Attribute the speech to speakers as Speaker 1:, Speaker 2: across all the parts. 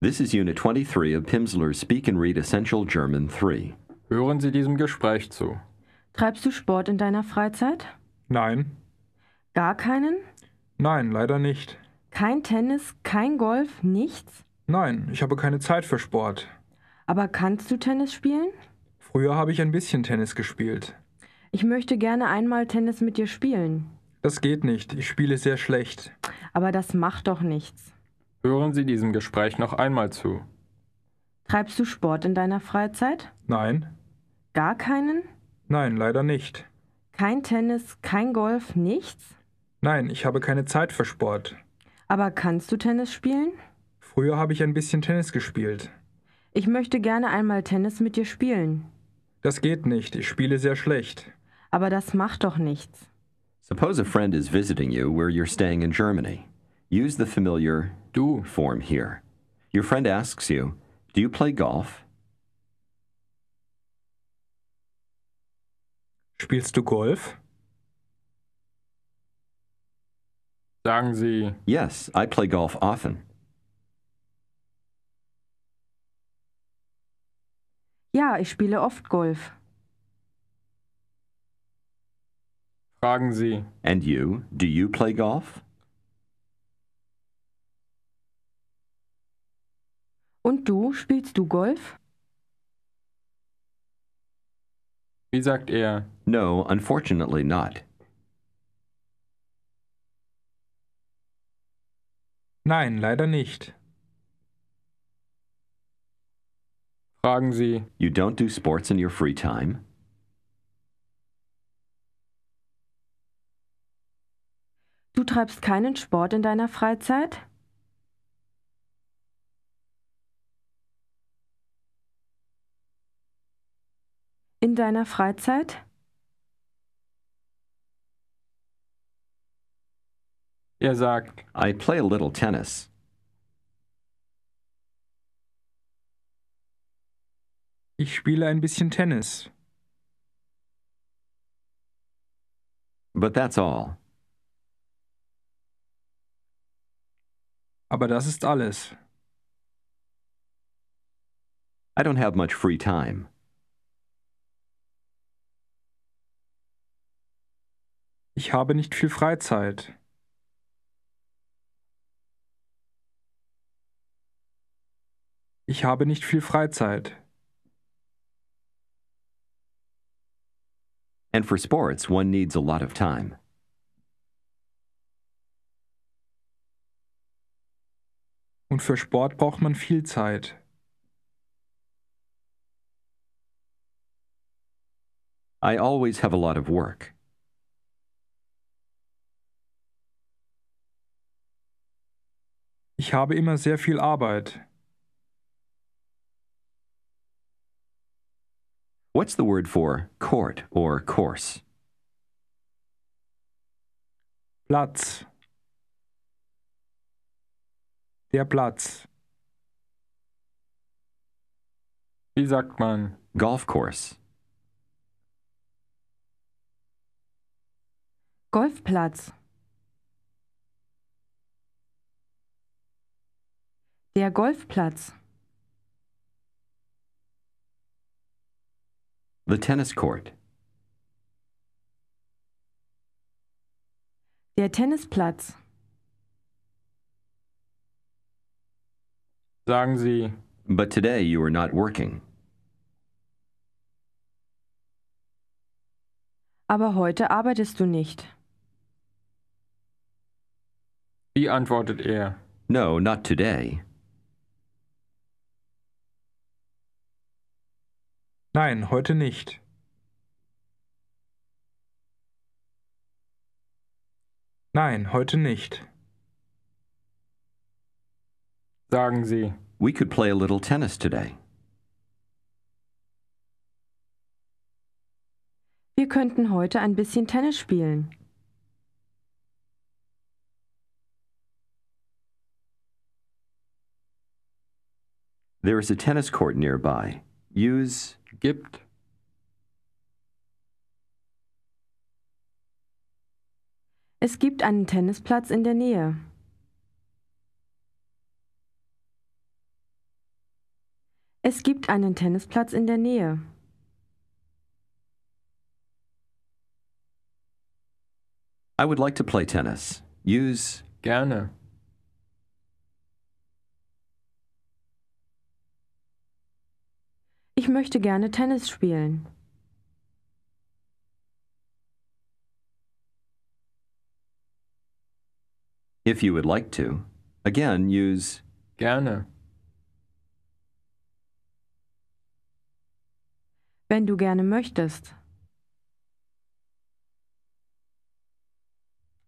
Speaker 1: This is Unit 23 of Pimsleur's Speak and Read Essential German 3.
Speaker 2: Hören Sie diesem Gespräch zu.
Speaker 3: Treibst du Sport in deiner Freizeit?
Speaker 2: Nein.
Speaker 3: Gar keinen?
Speaker 2: Nein, leider nicht.
Speaker 3: Kein Tennis, kein Golf, nichts?
Speaker 2: Nein, ich habe keine Zeit für Sport.
Speaker 3: Aber kannst du Tennis spielen?
Speaker 2: Früher habe ich ein bisschen Tennis gespielt.
Speaker 3: Ich möchte gerne einmal Tennis mit dir spielen.
Speaker 2: Das geht nicht. Ich spiele sehr schlecht.
Speaker 3: Aber das macht doch nichts.
Speaker 4: Hören Sie diesem Gespräch noch einmal zu.
Speaker 3: Treibst du Sport in deiner Freizeit?
Speaker 2: Nein.
Speaker 3: Gar keinen?
Speaker 2: Nein, leider nicht.
Speaker 3: Kein Tennis, kein Golf, nichts?
Speaker 2: Nein, ich habe keine Zeit für Sport.
Speaker 3: Aber kannst du Tennis spielen?
Speaker 2: Früher habe ich ein bisschen Tennis gespielt.
Speaker 3: Ich möchte gerne einmal Tennis mit dir spielen.
Speaker 2: Das geht nicht. Ich spiele sehr schlecht.
Speaker 3: Aber das macht doch nichts.
Speaker 1: Suppose a friend is visiting you where you're staying in Germany. Use the familiar
Speaker 4: Du,
Speaker 1: form here. Your friend asks you, Do you play golf?
Speaker 2: Spielst du Golf?
Speaker 4: sagen Sie,
Speaker 1: Yes, I play golf often.
Speaker 3: Ja, ich spiele oft Golf.
Speaker 4: fragen Sie,
Speaker 1: And you, do you play golf?
Speaker 3: Und du, spielst du Golf?
Speaker 4: wie sagt er,
Speaker 1: No, unfortunately not.
Speaker 2: Nein, leider nicht.
Speaker 4: fragen Sie,
Speaker 1: You don't do sports in your free time?
Speaker 3: Du treibst keinen Sport in deiner Freizeit? In deiner Freizeit?
Speaker 4: er sagt,
Speaker 1: I play a little tennis.
Speaker 2: Ich spiele ein bisschen Tennis.
Speaker 1: But that's all.
Speaker 2: Aber das ist alles.
Speaker 1: I don't have much free time.
Speaker 2: Ich habe nicht viel Freizeit. Ich habe nicht viel Freizeit.
Speaker 1: And for sports, one needs a lot of time.
Speaker 2: Und für Sport braucht man viel Zeit.
Speaker 1: I always have a lot of work.
Speaker 2: Ich habe immer sehr viel Arbeit.
Speaker 1: What's the word for court or course?
Speaker 2: Platz. Der Platz.
Speaker 4: wie sagt man,
Speaker 1: Golf course.
Speaker 3: Golfplatz. Der Golfplatz.
Speaker 1: The tennis court.
Speaker 3: Der Tennisplatz.
Speaker 4: sagen Sie,
Speaker 1: But today you are not working.
Speaker 3: Aber heute arbeitest du nicht.
Speaker 4: wie antwortet er,
Speaker 1: No, not today.
Speaker 2: Nein, heute nicht. Nein, heute nicht.
Speaker 4: sagen Sie,
Speaker 1: We could play a little tennis today.
Speaker 3: Wir könnten heute ein bisschen Tennis spielen.
Speaker 1: There is a tennis court nearby. Use
Speaker 4: gibt,
Speaker 3: Es gibt einen Tennisplatz in der Nähe. Es gibt einen Tennisplatz in der Nähe.
Speaker 1: I would like to play tennis. Use
Speaker 4: Gerne.
Speaker 3: Ich möchte gerne Tennis spielen.
Speaker 1: if you would like to. Again, use
Speaker 4: Gerne.
Speaker 3: Wenn du gerne möchtest.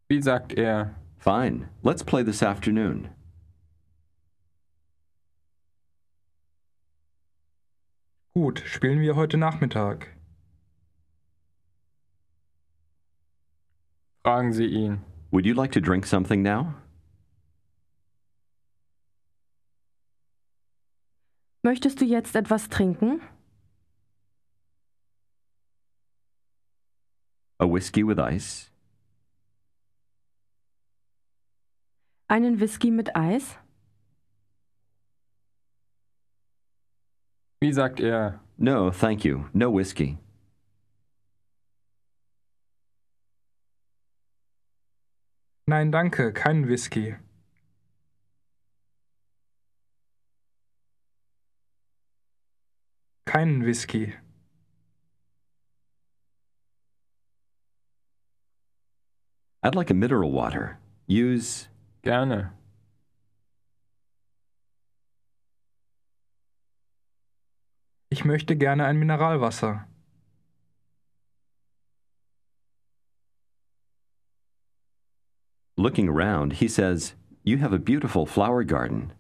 Speaker 4: Wie sagt er?
Speaker 1: fine. Let's play this afternoon.
Speaker 2: Gut, spielen wir heute Nachmittag.
Speaker 4: Fragen Sie ihn.
Speaker 1: Would you like to drink something now?
Speaker 3: Möchtest du jetzt etwas trinken?
Speaker 1: A whiskey with ice?
Speaker 3: Einen Whisky mit Eis?
Speaker 4: Wie sagt er?
Speaker 1: No, thank you. No whiskey.
Speaker 2: Nein, danke, keinen Whisky. Keinen Whisky.
Speaker 1: I'd like a mineral water. Use
Speaker 4: Gerne.
Speaker 2: Ich möchte gerne ein Mineralwasser.
Speaker 1: Looking around, he says, You have a beautiful flower garden.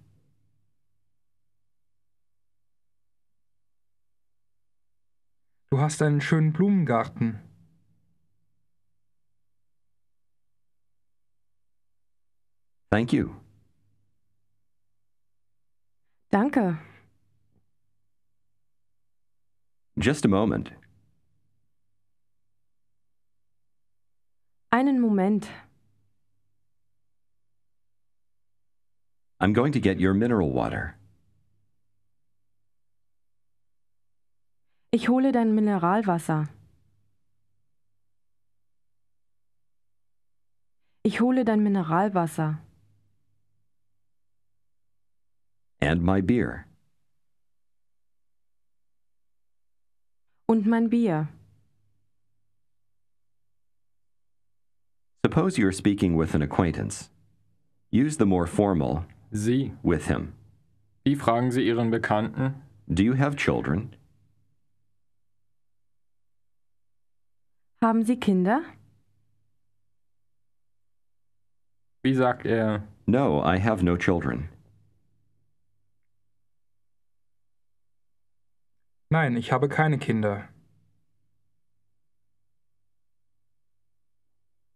Speaker 2: Du hast einen schönen Blumengarten.
Speaker 1: Thank you.
Speaker 3: Danke.
Speaker 1: Just a moment.
Speaker 3: Einen Moment.
Speaker 1: I'm going to get your mineral water.
Speaker 3: Ich hole dein Mineralwasser. Ich hole dein Mineralwasser.
Speaker 1: And my beer.
Speaker 3: Und mein Bier.
Speaker 1: Suppose you're speaking with an acquaintance. Use the more formal
Speaker 4: Sie.
Speaker 1: with him.
Speaker 4: Wie fragen Sie Ihren Bekannten?
Speaker 1: Do you have children?
Speaker 3: Haben Sie Kinder?
Speaker 4: Wie sagt er?
Speaker 1: No, I have no children.
Speaker 2: Nein, ich habe keine Kinder.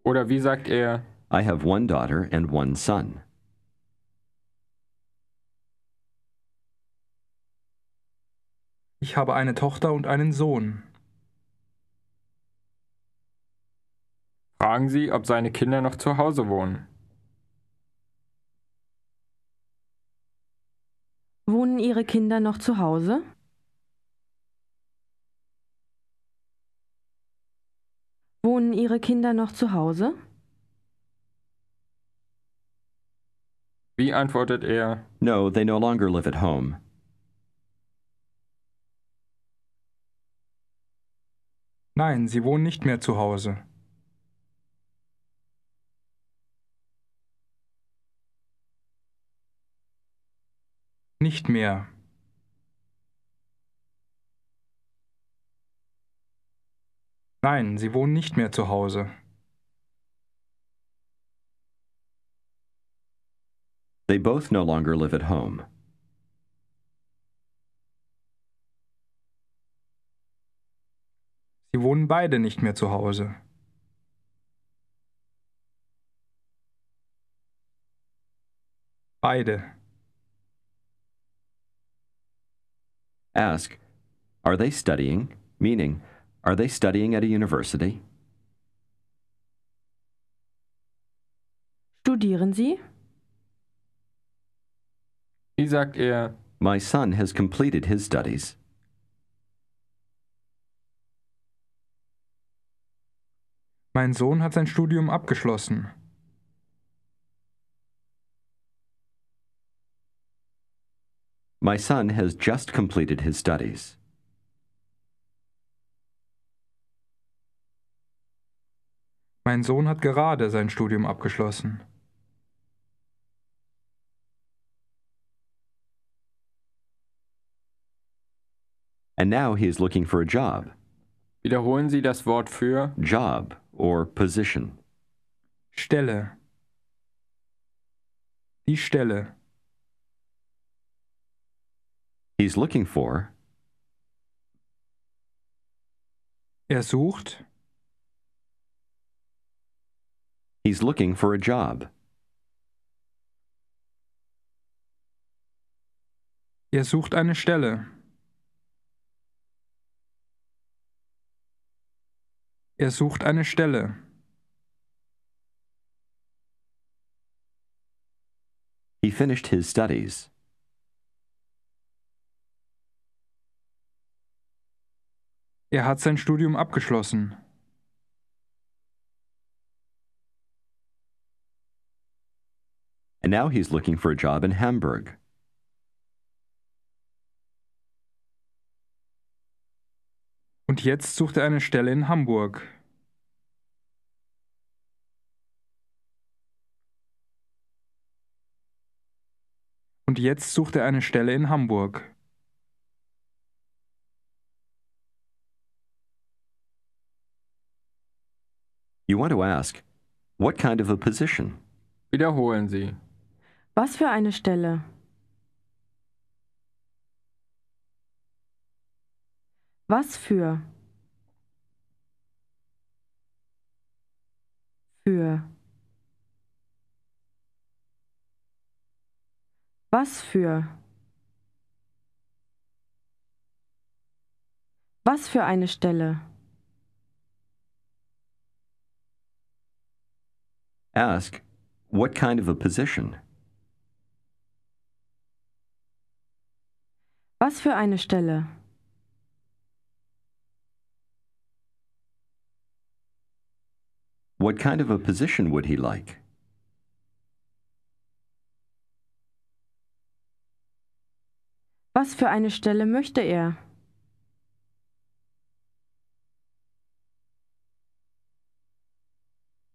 Speaker 4: Oder wie sagt er?
Speaker 1: I have one daughter and one son.
Speaker 2: Ich habe eine Tochter und einen Sohn.
Speaker 4: Fragen Sie, ob seine Kinder noch zu Hause wohnen.
Speaker 3: Wohnen Ihre Kinder noch zu Hause? Wohnen Ihre Kinder noch zu Hause?
Speaker 4: Wie antwortet er?
Speaker 1: No, they no longer live at home.
Speaker 2: Nein, sie wohnen nicht mehr zu Hause. Nicht mehr. Nein, sie wohnen nicht mehr zu Hause.
Speaker 1: They both no longer live at home.
Speaker 2: Sie wohnen beide nicht mehr zu Hause. Beide.
Speaker 1: Ask, Are they studying? Meaning, Are they studying at a university?
Speaker 3: Studieren Sie?
Speaker 4: Wie sagt er?
Speaker 1: My son has completed his studies.
Speaker 2: Mein Sohn hat sein Studium abgeschlossen.
Speaker 1: My son has just completed his studies.
Speaker 2: Mein Sohn hat gerade sein Studium abgeschlossen.
Speaker 1: And now he is looking for a job.
Speaker 4: Wiederholen Sie das Wort für.
Speaker 1: Job or position.
Speaker 2: Stelle. Die Stelle.
Speaker 1: He's looking for
Speaker 2: Er sucht
Speaker 1: He's looking for a job.
Speaker 2: Er sucht eine Stelle. Er sucht eine Stelle.
Speaker 1: He finished his studies.
Speaker 2: Er hat sein Studium abgeschlossen.
Speaker 1: And now he's looking for a job in Hamburg.
Speaker 2: Und jetzt sucht er eine Stelle in Hamburg. Und jetzt sucht er eine Stelle in Hamburg.
Speaker 1: You want to ask, what kind of a position?
Speaker 4: Wiederholen Sie.
Speaker 3: Was für eine Stelle? Was für? Für. Was für? Was für eine Stelle?
Speaker 1: Ask, what kind of a position?
Speaker 3: Was für eine Stelle?
Speaker 1: What kind of a position would he like?
Speaker 3: Was für eine Stelle möchte er?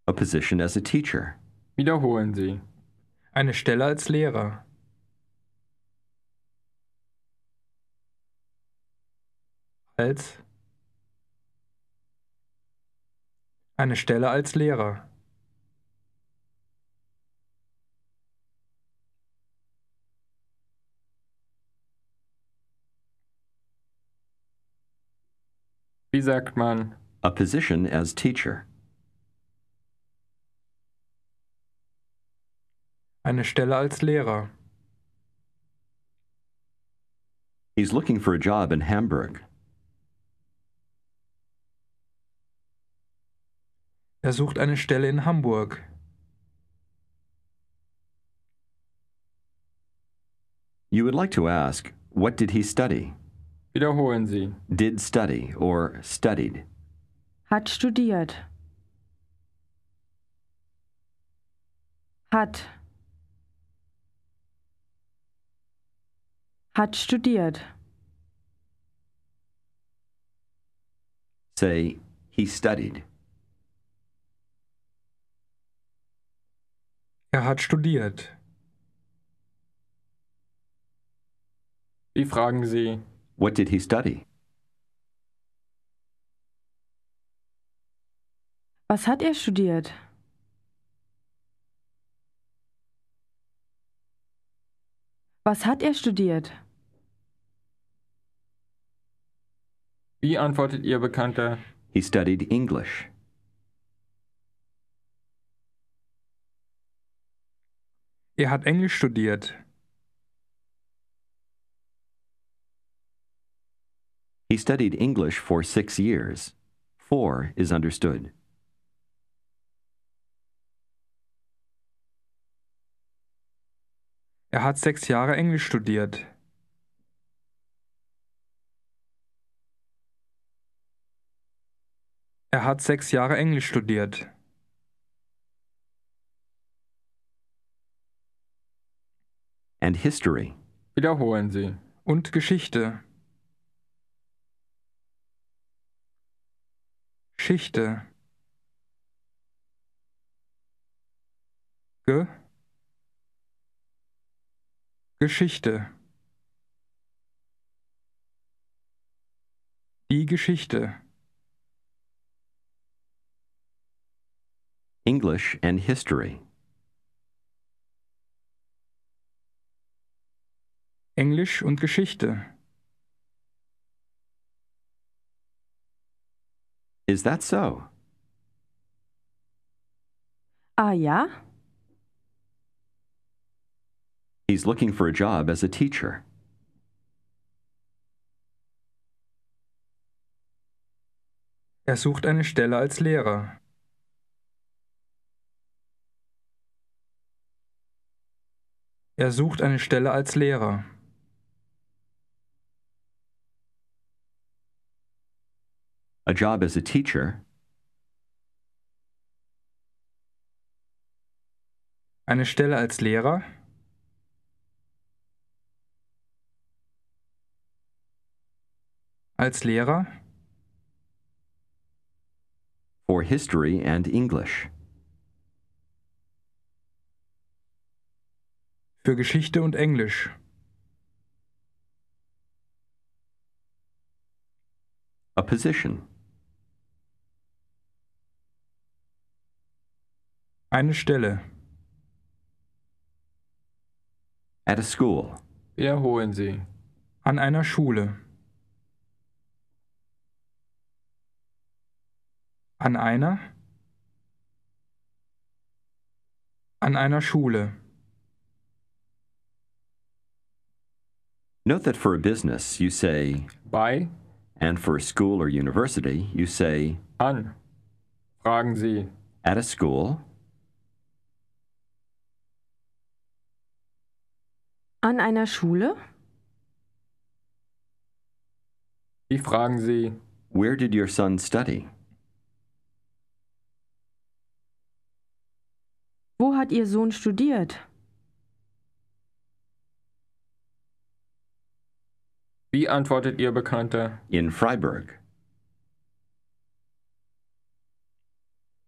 Speaker 1: A position as a teacher.
Speaker 4: Wiederholen Sie.
Speaker 2: Eine Stelle als Lehrer. Als eine Stelle als Lehrer.
Speaker 4: Wie sagt man?
Speaker 1: A position as teacher.
Speaker 2: Eine Stelle als Lehrer.
Speaker 1: He's looking for a job in Hamburg.
Speaker 2: Er sucht eine Stelle in Hamburg.
Speaker 1: You would like to ask, what did he study?
Speaker 4: Wiederholen Sie.
Speaker 1: Did study or studied.
Speaker 3: Hat studiert. Hat. Hat studiert.
Speaker 1: Say, he studied.
Speaker 2: Er hat studiert.
Speaker 4: Wie fragen Sie?
Speaker 1: What did he study?
Speaker 3: Was hat er studiert? Was hat er studiert?
Speaker 4: Wie antwortet Ihr Bekannter?
Speaker 1: He studied English.
Speaker 2: Er hat Englisch studiert.
Speaker 1: He studied English for six years. Four is understood.
Speaker 2: Er hat sechs Jahre Englisch studiert. Er hat sechs Jahre Englisch studiert.
Speaker 1: and history.
Speaker 4: Wiederholen Sie.
Speaker 2: Und Geschichte. Schichte. Ge. Geschichte. Die Geschichte.
Speaker 1: English and history.
Speaker 2: Englisch und Geschichte.
Speaker 1: Is that so?
Speaker 3: Ah ja?
Speaker 1: He's looking for a job as a teacher.
Speaker 2: Er sucht eine Stelle als Lehrer. Er sucht eine Stelle als Lehrer.
Speaker 1: A job as a teacher
Speaker 2: Eine Stelle als Lehrer als Lehrer
Speaker 1: for history and English.
Speaker 2: für Geschichte und Englisch
Speaker 1: A position.
Speaker 2: eine Stelle
Speaker 1: At a school.
Speaker 4: Wiederholen Sie.
Speaker 2: an einer Schule an einer an einer Schule
Speaker 1: Note that for a business, you say,
Speaker 4: Bei,
Speaker 1: and for a school or university, you say,
Speaker 4: an. Fragen Sie.
Speaker 1: at a school,
Speaker 3: An einer Schule?
Speaker 4: Wie fragen Sie?
Speaker 1: where did your son study?
Speaker 3: Wo hat Ihr Sohn studiert?
Speaker 4: Wie antwortet Ihr Bekannter?
Speaker 1: In Freiburg.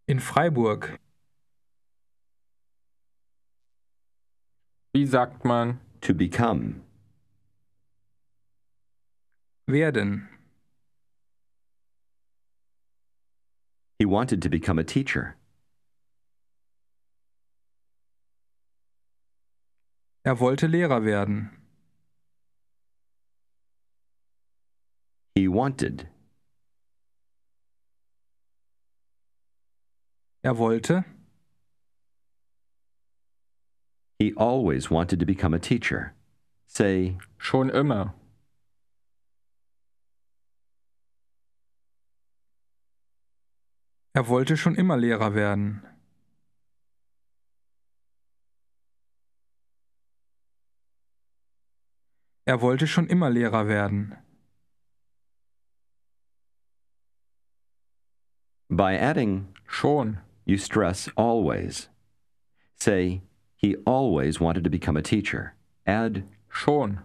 Speaker 2: in Freiburg
Speaker 4: Wie sagt man?
Speaker 1: To become.
Speaker 2: werden
Speaker 1: He wanted to become a teacher.
Speaker 2: Er wollte Lehrer werden.
Speaker 1: He wanted
Speaker 2: Er wollte,
Speaker 1: He always wanted to become a teacher. Say,
Speaker 4: Schon immer.
Speaker 2: er wollte schon immer Lehrer werden. Er wollte schon immer Lehrer werden.
Speaker 1: by adding,
Speaker 4: Schon.
Speaker 1: you stress always. Say, he always wanted to become a teacher. Add,
Speaker 4: Schon.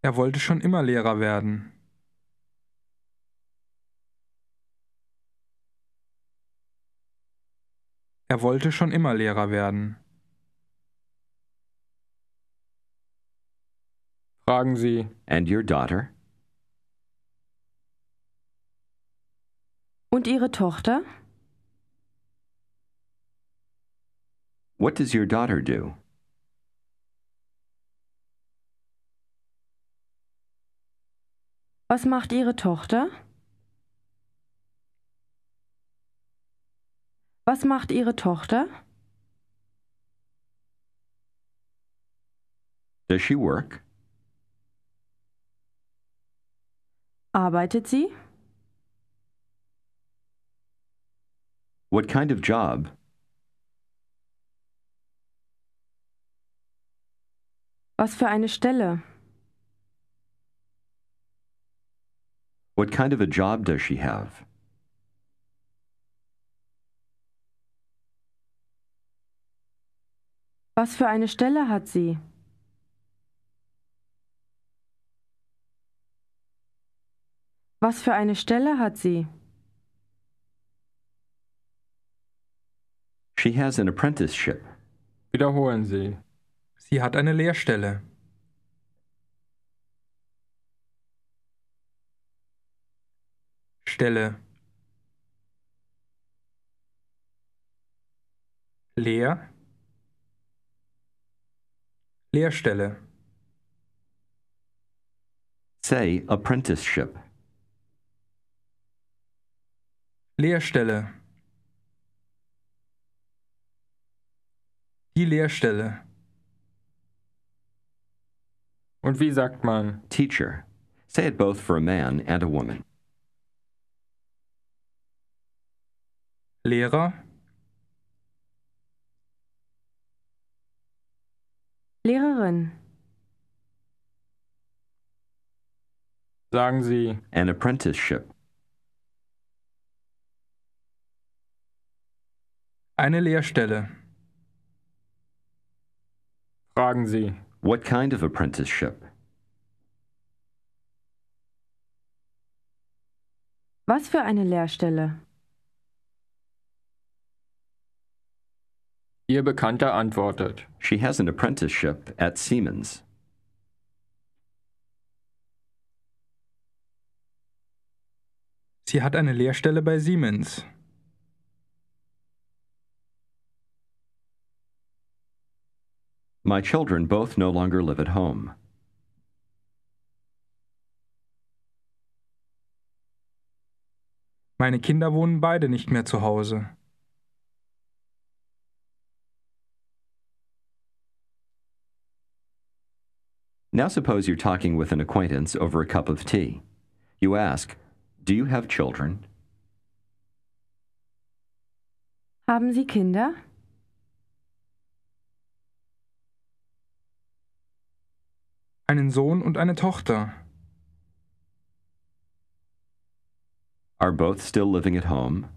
Speaker 2: Er wollte schon immer Lehrer werden. Er wollte schon immer Lehrer werden.
Speaker 4: Fragen Sie.
Speaker 1: and your daughter,
Speaker 3: Und Ihre Tochter?
Speaker 1: what does your daughter do?
Speaker 3: Was macht Ihre Tochter? Was macht Ihre Tochter?
Speaker 1: Does she work?
Speaker 3: Arbeitet sie?
Speaker 1: What kind of job?
Speaker 3: Was für eine Stelle?
Speaker 1: What kind of a job does she have?
Speaker 3: Was für eine Stelle hat sie? Was für eine Stelle hat sie?
Speaker 1: She has an apprenticeship.
Speaker 4: Wiederholen Sie.
Speaker 2: Sie hat eine Lehrstelle. Stelle. Lehr. Lehrstelle.
Speaker 1: Say apprenticeship.
Speaker 2: Lehrstelle. Die Lehrstelle.
Speaker 4: Und wie sagt man?
Speaker 1: Teacher. Say it both for a man and a woman.
Speaker 2: Lehrer.
Speaker 3: Lehrerin.
Speaker 4: Sagen Sie.
Speaker 1: An apprenticeship.
Speaker 2: Eine Lehrstelle.
Speaker 4: Fragen Sie.
Speaker 1: What kind of apprenticeship?
Speaker 3: Was für eine Lehrstelle?
Speaker 4: Ihr Bekannter antwortet.
Speaker 1: She has an apprenticeship at Siemens.
Speaker 2: Sie hat eine Lehrstelle bei Siemens.
Speaker 1: My children both no longer live at home.
Speaker 2: Meine Kinder wohnen beide nicht mehr zu Hause.
Speaker 1: Now, suppose you're talking with an acquaintance over a cup of tea. You ask, Do you have children?
Speaker 3: Haben Sie Kinder?
Speaker 2: Einen Sohn und eine Tochter.
Speaker 1: Are both still living at home?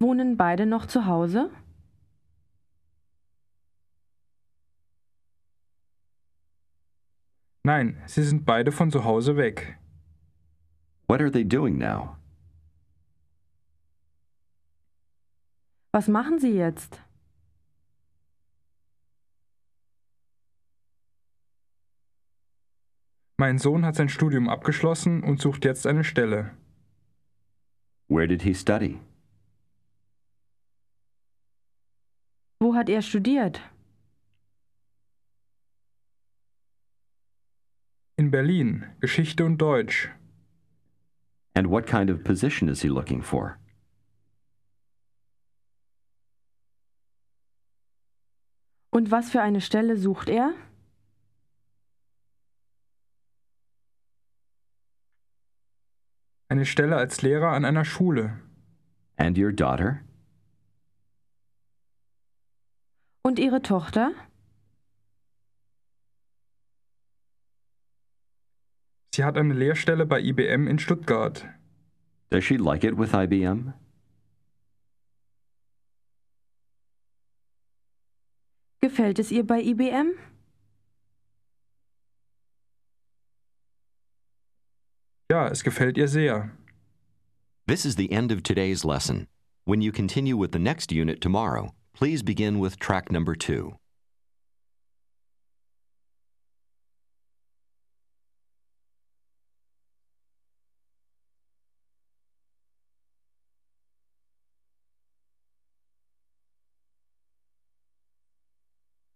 Speaker 3: Wohnen beide noch zu Hause?
Speaker 2: Nein, sie sind beide von zu Hause weg.
Speaker 1: What are they doing now?
Speaker 3: Was machen Sie jetzt?
Speaker 2: Mein Sohn hat sein Studium abgeschlossen und sucht jetzt eine Stelle.
Speaker 1: Where did he study?
Speaker 3: Wo hat er studiert?
Speaker 2: In Berlin, Geschichte und Deutsch.
Speaker 1: And what kind of position is he looking for?
Speaker 3: Und was für eine Stelle sucht er?
Speaker 2: Eine Stelle als Lehrer an einer Schule.
Speaker 1: And your daughter?
Speaker 3: Und Ihre Tochter?
Speaker 2: Sie hat eine Lehrstelle bei IBM in Stuttgart.
Speaker 1: Does she like it with IBM?
Speaker 3: Gefällt es ihr bei IBM?
Speaker 2: Ja, es gefällt ihr sehr.
Speaker 5: This is the end of today's lesson. When you continue with the next unit tomorrow, please begin with track number two.